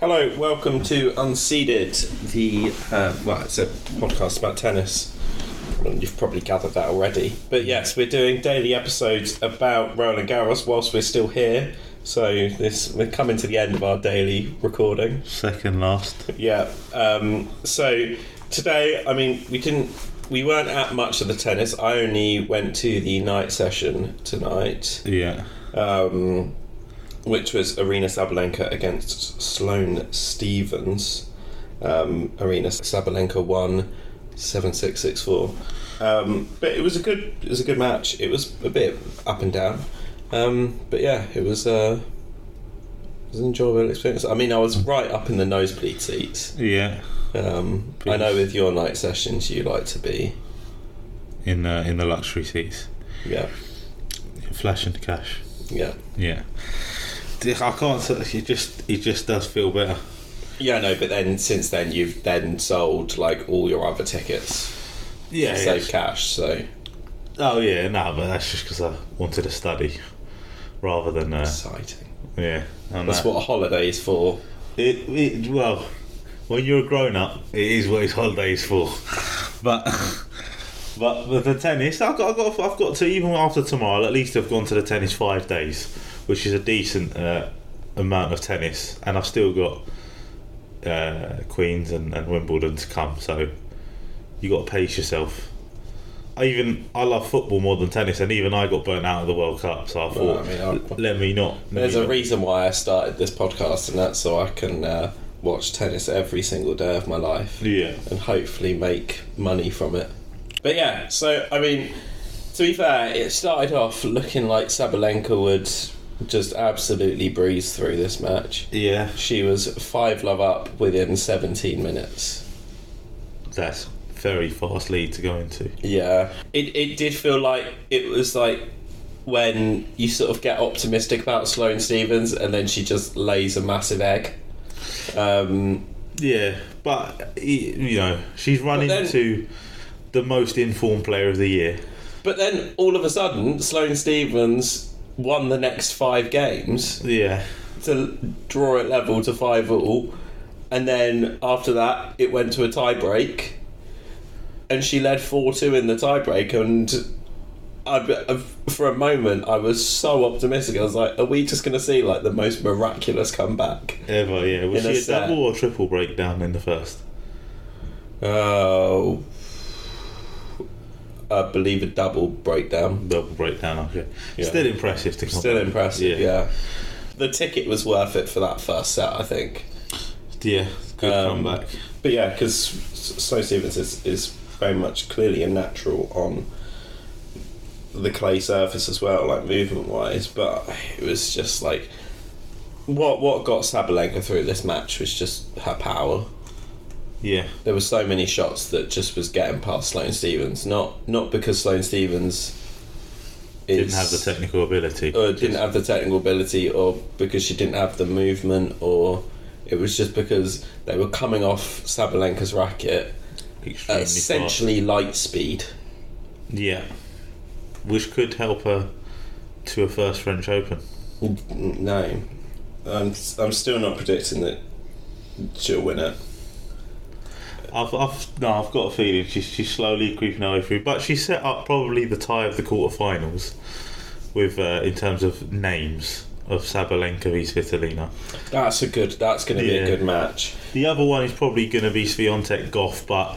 Hello, welcome to Unseeded, the uh, well, it's a podcast about tennis. Well, You've probably gathered that already, but yes, we're doing daily episodes about Roland Garros whilst we're still here. So this we're coming to the end of our daily recording. Second last. Yeah. Um, so today, I mean, we didn't, we weren't at much of the tennis. I only went to the night session tonight Yeah. um, which was Arena Sabalenka against Sloane Stevens. Um, Arena Sabalenka won seven six six four, um, but it was a good it was a good match. It was a bit up and down, um, but yeah, it was. Uh, it was an enjoyable experience. I mean, I was right up in the nosebleed seats. Yeah. Um, I know with your night sessions, you like to be, In the in the luxury seats. yeah, Flash and cash. yeah, Yeah. D- I can't. say- He just he just does feel better. yeah. No, but then since then, you've then sold like all your other tickets. Yeah. save cash. So Oh yeah. No, but that's just because I wanted to study rather than uh, exciting. yeah. and That's that. what a holiday is for. It, it well, when you're a grown up, it is what his holiday is for. But but with the tennis, I've got, I've got I've got to even after tomorrow. I'll At least I've gone to the tennis five days, which is a decent uh, amount of tennis, and I've still got uh, Queens and, and Wimbledon to come. So you got to pace yourself. I even I love football more than tennis, and even I got burnt out of the World Cup. So I Well, thought, I mean, I- let me not. let There's me a not. reason why I started this podcast, and that's so I can uh, watch tennis every single day of my life yeah. and hopefully make money from it. But yeah, so I mean, to be fair, it started off looking like Sabalenka would just absolutely breeze through this match. Yeah, She was five love up within 17 minutes. that's very fast lead to go into. Yeah. It it did feel like it was like when you sort of get optimistic about Sloane Stevens and then she just lays a massive egg. Um, Yeah, but y- you know she's run But then- into the most informed player of the year. but then all of a sudden, Sloane Stevens won the next five games Yeah, to draw it level to five all, and then after that, it went to a tie break, and she led four two in the tie break. And I, I- for a moment, I was so optimistic. I was like, "Are we just going to see like the most miraculous comeback?" ever. Yeah, was In a she a set. double or triple breakdown in the first? Oh, I believe a double breakdown. Double breakdown. Okay, Yeah. still impressive to come. Still back. impressive, yeah. The ticket was worth it for that first set, I think. yeah, good Um, comeback. But yeah, because Sloane Stevens is, is very much clearly a natural on the clay surface as well, like movement wise. But it was just like what what got Sabalenka through this match was just her power. Yeah, There were so many shots that just was getting past Sloane Stevens. Not not because Sloane Stevens is, didn't have the technical ability. or didn't have the technical ability or because she didn't have the movement or it was just because they were coming off Sabalenka's racket at Extremely fast. essentially light speed. Yeah, which could help her to a first French Open. No, I'm I'm still not predicting that she'll win it. I've, I've no, I've got a feeling she's she's slowly creeping her way through, but she set up probably the tie of the quarterfinals with uh, in terms of names of Sabalenka v Svitolina. That's a good. That's going to be Yeah. a good match. The other one is probably going to be Sviontek Goff, but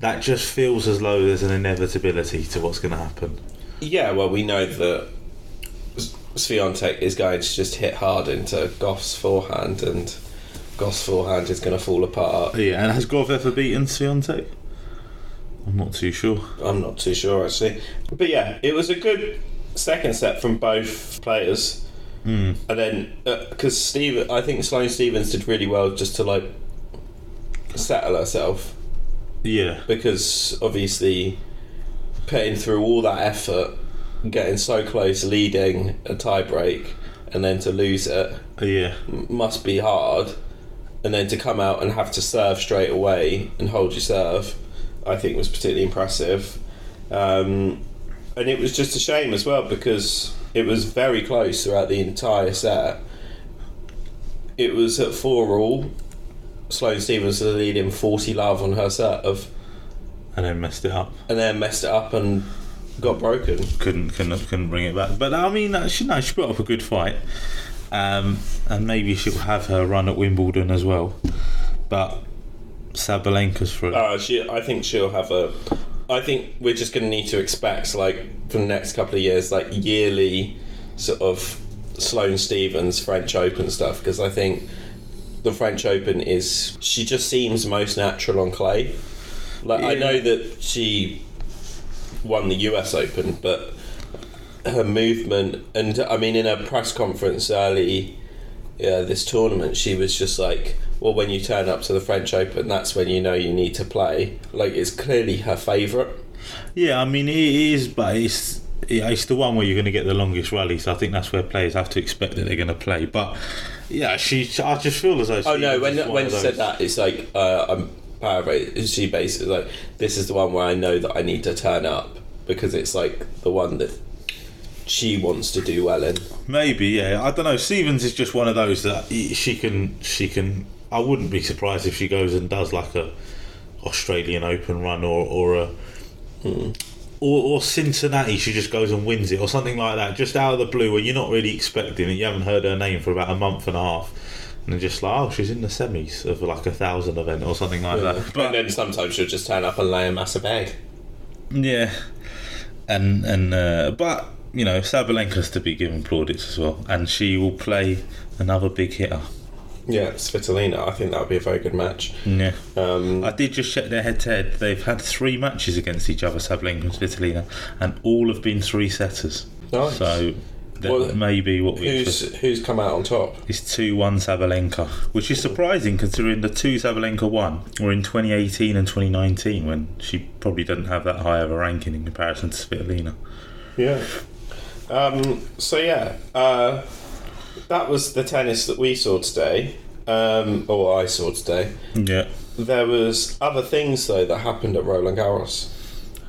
that just feels as though there's an inevitability to what's going to happen. Yeah, well, we know that S- Swiatek is going to just hit hard into Goff's forehand, and Goff's forehand is going to fall apart. Yeah, and has Goff ever beaten Sviontek? I'm not too sure. I'm not too sure actually. But yeah, it was a good second set from both players. Mm. And then because Steve, I think Sloane Stevens did really well just to like settle herself Yeah, because obviously putting through all that effort, getting so close, leading a tie break, and then to lose it yeah, must be hard. And then to come out and have to serve straight away and hold your serve, I think was particularly impressive. Um, and it was just a shame as well because it was very close throughout the entire set. It was at four all, Sloane Stevens to the lead in 40 love on her serve and then messed it up. and then messed it up and got broken. couldn't couldn't couldn't bring it back. But I mean, uh, she no, she put up a good fight, um, and maybe she'll have her run at Wimbledon as well. But Sabalenka's through. Uh, she, I think she'll have a. I think we're just going to need to expect, like, for the next couple of years, like yearly sort of Sloane Stevens French Open stuff because I think the French Open is. She just seems most natural on clay. Like, I Yeah. know that she won the US Open, but her movement, and I mean, in her press conference early yeah, this tournament, she was just like, well, when you turn up to the French Open, that's when you know you need to play. Like, it's clearly her favourite. Yeah, I mean it is, but it's yeah, it's the one where you're going to get the longest rally. So I think that's where players have to expect that they're going to play. But yeah, she. I just feel as though. Oh, she no, was when, just one when of she said those- that, it's like, uh, I'm paraphrasing. She basically, like, this is the one where I know that I need to turn up because it's like the one that she wants to do well in. Maybe, yeah. I don't know. Stevens is just one of those that he- she can, she can. I wouldn't be surprised if she goes and does like a Australian Open run or or a or, or Cincinnati. She just goes and wins it or something like that, just out of the blue, where you're not really expecting it. You haven't heard her name for about a month and a half, and they're just like, oh, she's in the semis of like a thousand event or something like that. and then sometimes she'll just turn up and lay a massive egg. Yeah, and and uh, but you know Sabalenka's to be given plaudits as well, and she will play another big hitter. Yeah, Svitolina, I think that would be a very good match. Yeah, Um, I did just check their head-to-head. They've had three matches against each other, Sabalenka and Svitolina, and all have been three setters. Nice. So that Well, may be what we. expect. who's, who's come out on top? It's 2 1 Sabalenka, which is surprising considering the two Sabalenka won were in 2018 and 2019 when she probably didn't have that high of a ranking in comparison to Svitolina. Yeah. Um, so yeah, uh, that was the tennis that we saw today, um, or I saw today. Yeah. There was other things though that happened at Roland Garros.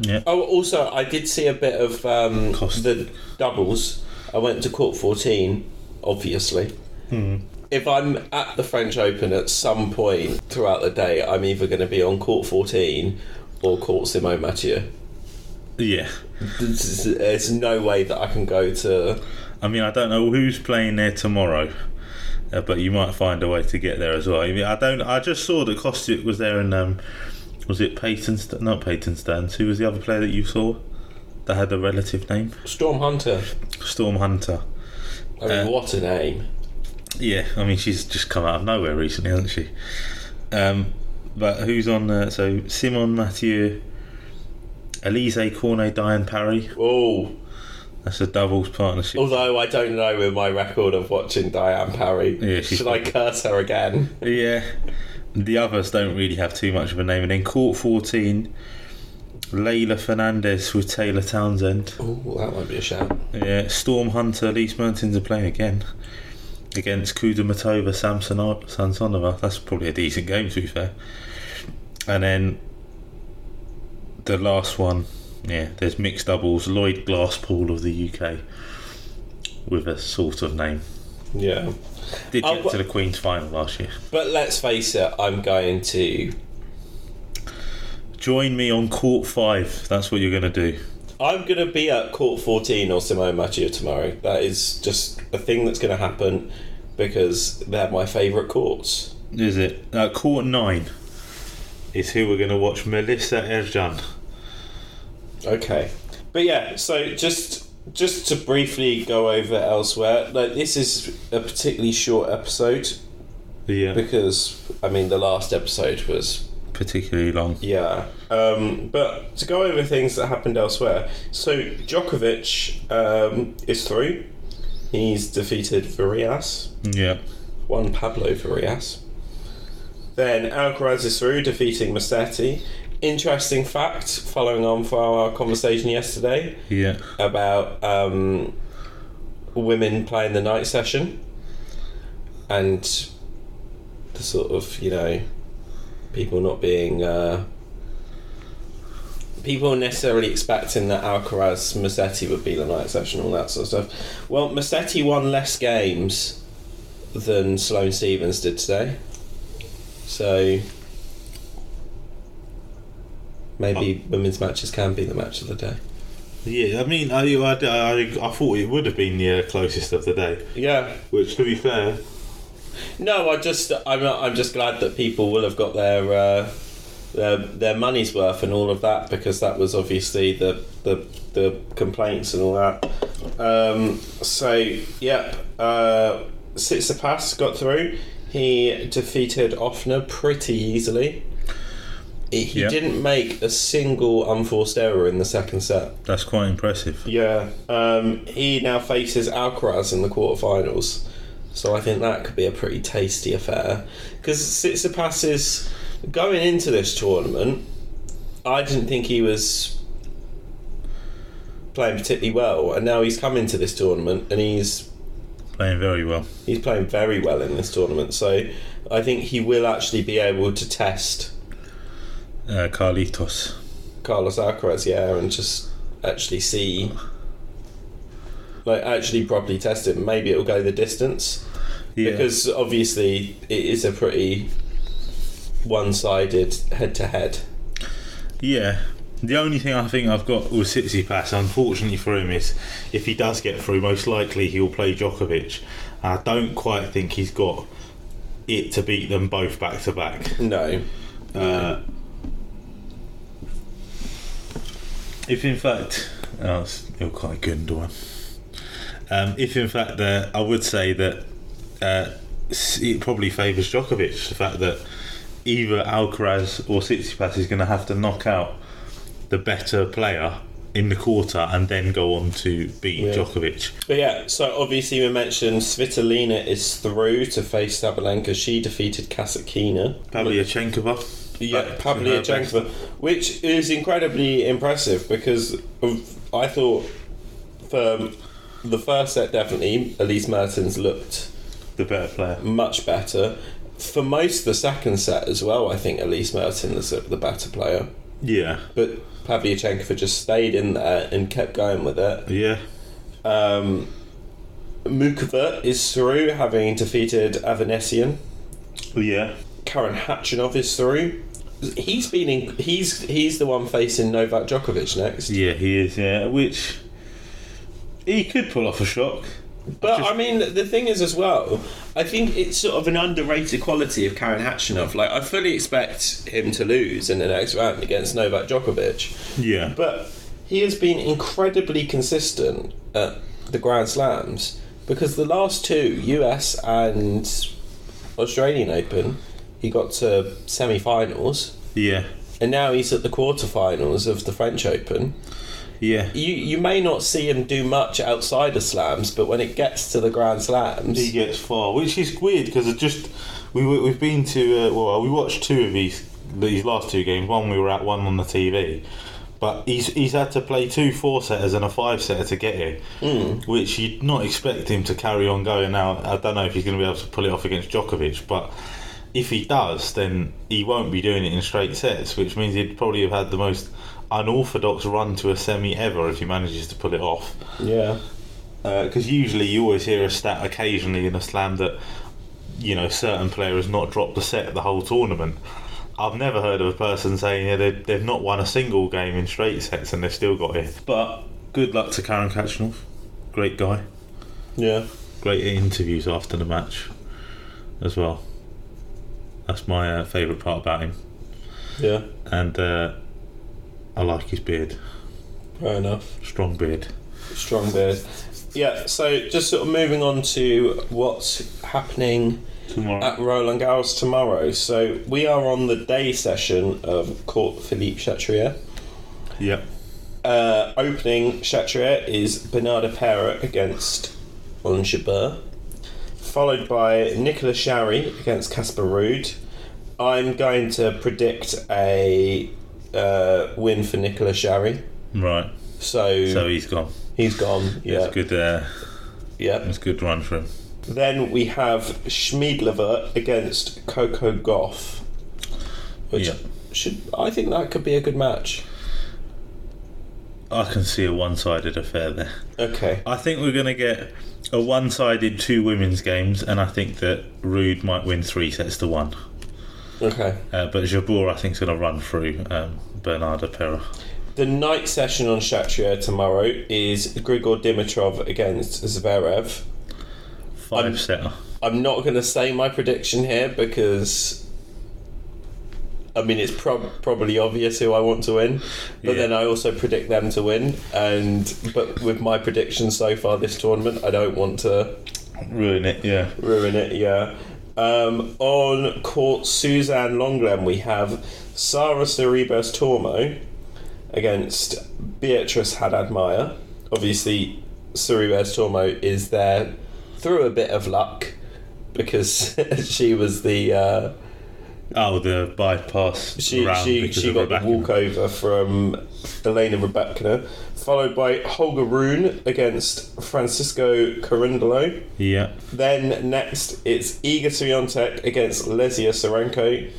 Yeah. Oh, also I did see a bit of um, Cost. the doubles. I went to court fourteen, obviously. Hmm. If I'm at the French Open at some point throughout the day, I'm either going to be on court fourteen or court Simone Mathieu. Yeah. There's there's no way that I can go to I mean, I don't know who's playing there tomorrow, uh, but you might find a way to get there as well. I mean, I don't. I just saw that Kostic was there, and um, was it Peyton? St- not Peyton Stans. Who was the other player that you saw that had a relative name? Storm Hunter. Storm Hunter. I mean, Uh, what a name. Yeah, I mean, she's just come out of nowhere recently, hasn't she? Um, but who's on? Uh, so Simon Mathieu, Elise Cornet, Diane Parry. Oh, That's a doubles partnership. although I don't know with my record of watching Diane Parry, Yeah, she's- should I curse her again? Yeah. The others don't really have too much of a name. And then Court 14, Layla Fernandez with Taylor Townsend. Oh, that might be a shout. Yeah, Storm Hunter, Elise Mertens are playing again against Kudamatova, Samson Sansonova. That's probably a decent game, to be fair. And then the last one, yeah, there's mixed doubles, Lloyd Glasspool of the UK with a sort of name. Yeah. Did Oh, get wha- to the Queen's final last year. But let's face it, I'm going to. Join me on court five. That's what you're going to do. I'm going to be at Court 14 or Simone Mathieu tomorrow. That is just a thing that's going to happen because they're my favourite courts. Is it? Uh, court nine is who we're going to watch. Melissa Erjan. Okay. But yeah, so just just to briefly go over elsewhere, like this is a particularly short episode Yeah. because I mean the last episode was Particularly long. yeah. Um, but to go over things that happened elsewhere, so Djokovic um, is through. He's defeated Varias, Yeah. one Pablo Varias. Then Alcaraz is through, defeating Musetti. Interesting fact, following on from our conversation yesterday Yeah. about um, women playing the night session and the sort of you know people not being uh, people necessarily expecting that Alcaraz Massetti would be the night session all that sort of stuff well Massetti won less games than Sloane Stevens did today So maybe women's matches can be the match of the day. Yeah, I mean, I, I, I, I thought it would have been the uh, closest of the day. Yeah. Which, to be fair, No, I just I'm I'm just glad that people will have got their uh, their their money's worth and all of that because that was obviously the the, the complaints and all that. Um, so yep, uh, Sitsipas got through. He defeated Offner pretty easily. He he Yep. didn't make a single unforced error in the second set. that's quite impressive. Yeah. Um, he now faces Alcaraz in the quarterfinals. So I think that could be a pretty tasty affair. Because Tsitsipas is going into this tournament, I didn't think he was playing particularly well, and now he's come into this tournament and he's Playing very well. he's playing very well in this tournament. So I think he will actually be able to test Uh, Carlitos. Carlos Alcaraz, yeah, and just actually see, like, actually properly test it. Maybe it'll go the distance Yeah. because obviously it is a pretty one-sided head-to-head. Yeah. The only thing I think I've got with Sitsi Pass, unfortunately for him, is if he does get through, most likely he'll play Djokovic. I don't quite think he's got it to beat them both back to back. No, Uh, If in fact, oh, it's still quite a good one. Um, if in fact, uh, I would say that uh, s- it probably favours Djokovic. The fact that either Alcaraz or Tsitsipas is going to have to knock out the better player in the quarter and then go on to beat Yeah. Djokovic. but yeah. So obviously we mentioned Svitolina is through to face Sabalenka. She defeated Kasatkina. Pavlyuchenkova. Yeah, back to her best. Pavlyuchenkova, which is incredibly impressive because of, I thought for the first set definitely Elise Mertens looked the better player. much better. For most of the second set as well, I think Elise Mertens is the better player, Yeah, but Pavlyuchenkova just stayed in there and kept going with it. yeah, Um, Mukova is through, having defeated Avanesian. yeah. Karen Hatchinov is through. He's been in. He's he's the one facing Novak Djokovic next. Yeah, he is. Yeah, which he could pull off a shock. But I mean, the thing is as well. I think it's sort of an underrated quality of Karen Hatchinov. Like I fully expect him to lose in the next round against Novak Djokovic, Yeah, but he has been incredibly consistent at the Grand Slams because the last two U.S. and Australian Open, he got to semi-finals. yeah, and now he's at the quarterfinals of the French Open. yeah. You you may not see him do much outside of slams, but when it gets to the Grand He Slams, gets far, which is weird because it just we we- we've been to uh, well we watched two of these these last two games. One we were at, one on the TV. But he's he's had to play two four setters and a five setter to get here, which you'd not expect him to carry on going. Now I don't know if he's going to be able to pull it off against Djokovic, but if he does, then he won't be doing it in straight sets, which means he'd probably have had the most unorthodox run to a semi ever if he manages to pull it off yeah, because Uh, usually you always hear a stat occasionally in a slam that you know certain player has not dropped a set the whole tournament. I've never heard of a person saying yeah, they've, they've not won a single game in straight sets and they've still got here. But good luck to Karen Kachanov, great guy, yeah, great interviews after the match as well. That's my uh, favourite part about him, yeah, and uh, I like his beard, fair enough. strong beard. Strong beard. Yeah, so just sort of moving on to what's happening Tomorrow, at Roland Garros tomorrow. So we are on the day session of Court Philippe Chatrier. yep, Uh, opening Chatrier is Bernarda Pera against Onjabur, followed by Nicola Shari against Casper Ruud. I'm going to predict a uh, win for Nicola Shari, right. so, So he's gone. he's gone. It's Yeah, good. Uh, yeah. it's good run for him. Then we have Schmiedlever against Coco Goff, which Yeah. should I think that could be a good match. I can see a one sided affair there. Okay, I think we're going to get a one sided two women's games, and I think that Rude might win three sets to one. Okay. Uh, but Jabour, I think, is going to run through um, Bernardo Pera. The night session on Shatrier tomorrow is Grigor Dimitrov against Zverev. 5 I'm- setter. I'm not going to say my prediction here because. I mean, it's prob- probably obvious who I want to win, but Yeah. then I also predict them to win. And but with my predictions so far this tournament, I don't want to Ruin it, yeah. ruin it. Yeah. Um, on court, Suzanne Longlen, we have Sara Cerebus Tormo against Beatrice Haddad Meyer. Obviously, Cerebus Tormo is there through a bit of luck because she was the uh, Oh, the bypass she round she, because she of got the Rebecca. walkover from Elena Rebecca, followed by Holger Rune against Francisco Carindolo. Yeah. Then next, it's Iga Swiatek against Lesia Serenko.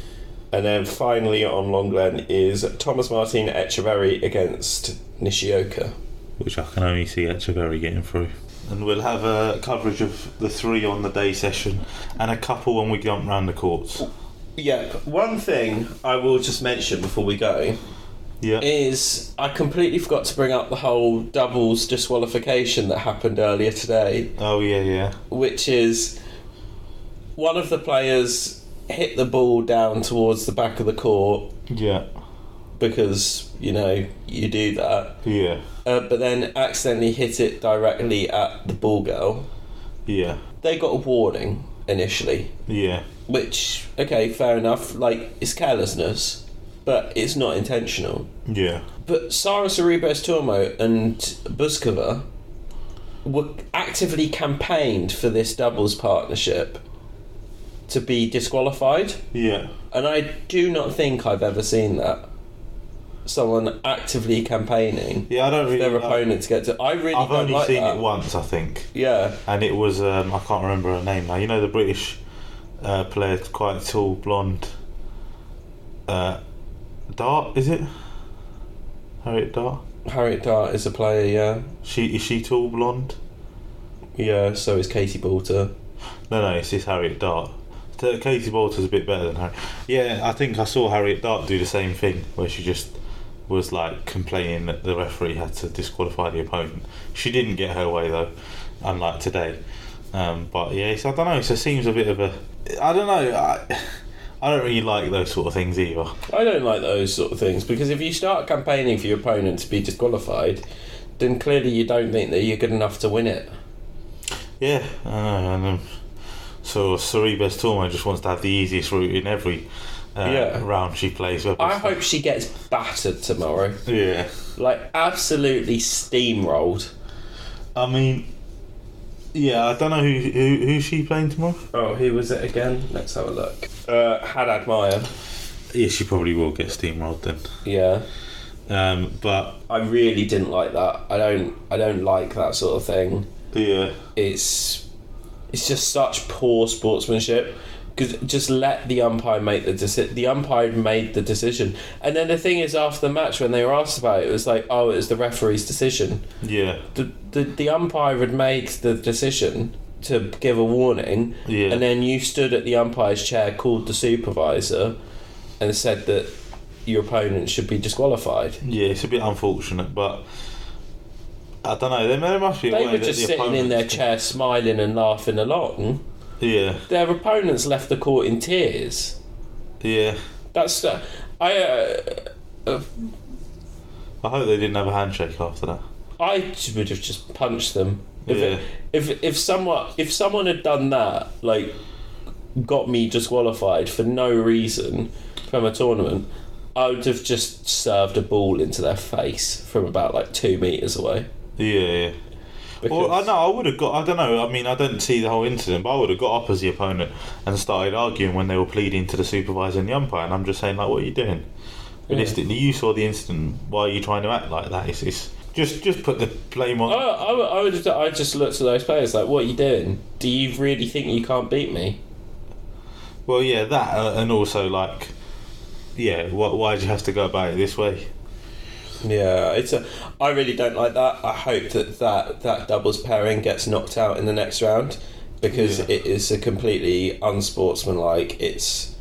And then finally on Longlen is Thomas Martin Echeverry against Nishioka. which I can only see Echeverry getting through. And we'll have a coverage of the three on the day session and a couple when we jump round the courts. Yep. One thing I will just mention before we go Eh. Yeah. is I completely forgot to bring up the whole doubles disqualification that happened earlier today, Oh, yeah, yeah. which is one of the players hit the ball down towards the back of the court Yeah. because, you know, you do that. Yeah. uh, but then accidentally hit it directly at the ball girl. Yeah. They got a warning initially, Yeah. which, okay, fair enough, like, it's carelessness, but it's not intentional. Yeah. But Sara Cerebres Tormo and Buskova were actively campaigned for this doubles partnership to be disqualified, Yeah. and I do not think I've ever seen that. Someone actively campaigning Yeah, I don't really. their know. opponent to get to. I really I've don't only like seen that. it once, I think. Yeah. And it was, um, I can't remember her name now. You know, the British uh, player, quite tall, blonde. Uh, Dart, is it? Harriet Dart? Harriet Dart is a player, yeah. She Is she tall, blonde? Yeah, so is Katie Balter. No, no, it's just Harriet Dart. T- Katie Bolter's a bit better than Harriet. Yeah, I think I saw Harriet Dart do the same thing where she just was like complaining that the referee had to disqualify the opponent. She didn't get her way though, unlike today. Um, but yeah, it's, I don't know. It just seems a bit of a. I don't know. I, I don't really like those sort of things either. I don't like those sort of things because if you start campaigning for your opponent to be disqualified, then clearly you don't think that you're good enough to win it. Yeah, I know. And, um, so Cerebes Tormo just wants to have the easiest route in every uh, Yeah. round she plays. whether I it's- hope she gets battered tomorrow. Yeah. Like, absolutely steamrolled. I mean, yeah, I don't know who who, who's she playing tomorrow. Oh, who was it again? Let's have a look. Uh, Haddad Meyer. Yeah, she probably will get steamrolled then. Yeah. Um, but I really didn't like that. I don't I don't like that sort of thing. yeah, it's it's just such poor sportsmanship because just let the umpire make the decision. The umpire made the decision, and then the thing is, after the match, when they were asked about it, it was like, "Oh, it was the referee's decision." yeah, The the, the umpire had made the decision to give a warning, Yeah. and then you stood at the umpire's chair, called the supervisor, and said that your opponent should be disqualified. yeah. It's a bit unfortunate, but I don't know. There, there must be a They way were that just the sitting in their opponents- chair, smiling and laughing along. Yeah, their opponents left the court in tears. yeah. That's uh, I uh, I hope they didn't have a handshake after that. I would have just punched them if Yeah. if if someone if someone had done that like got me disqualified for no reason from a tournament. I would have just served a ball into their face from about like two meters away. Yeah, yeah. Well, I Because- know uh, I would have got. I don't know. I mean, I don't see the whole incident, but I would have got up as the opponent and started arguing when they were pleading to the supervisor and the umpire. And I'm just saying, like, what are you doing? Realistically, you saw the incident. Why are you trying to act like that? It's, it's just just put the blame I, on. I, would- I would have, I just looked at those players like, what are you doing? Do you really think you can't beat me? Well, yeah, that uh, and also like, yeah, why, why do you have to go about it this way? Yeah, it's a. I really don't like that. I hope that that, that doubles pairing gets knocked out in the next round because Yeah. it is a completely unsportsmanlike. It's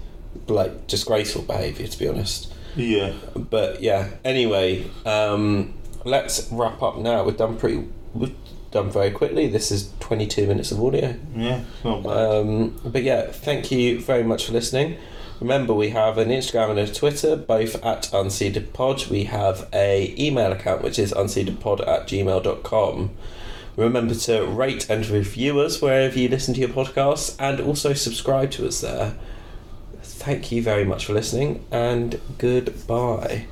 like disgraceful behaviour, to be honest. Yeah. But yeah, anyway, um, let's wrap up now. We've done pretty, we've done very quickly. This is 22 minutes of audio. Yeah. it's Not bad. Um, but yeah, thank you very much for listening. Remember, we have an Instagram and a Twitter, both at unseededpod. We have a email account, which is unseededpod at gmail.com. Remember to rate and review us wherever you listen to your podcasts and also subscribe to us there. Thank you very much for listening and goodbye.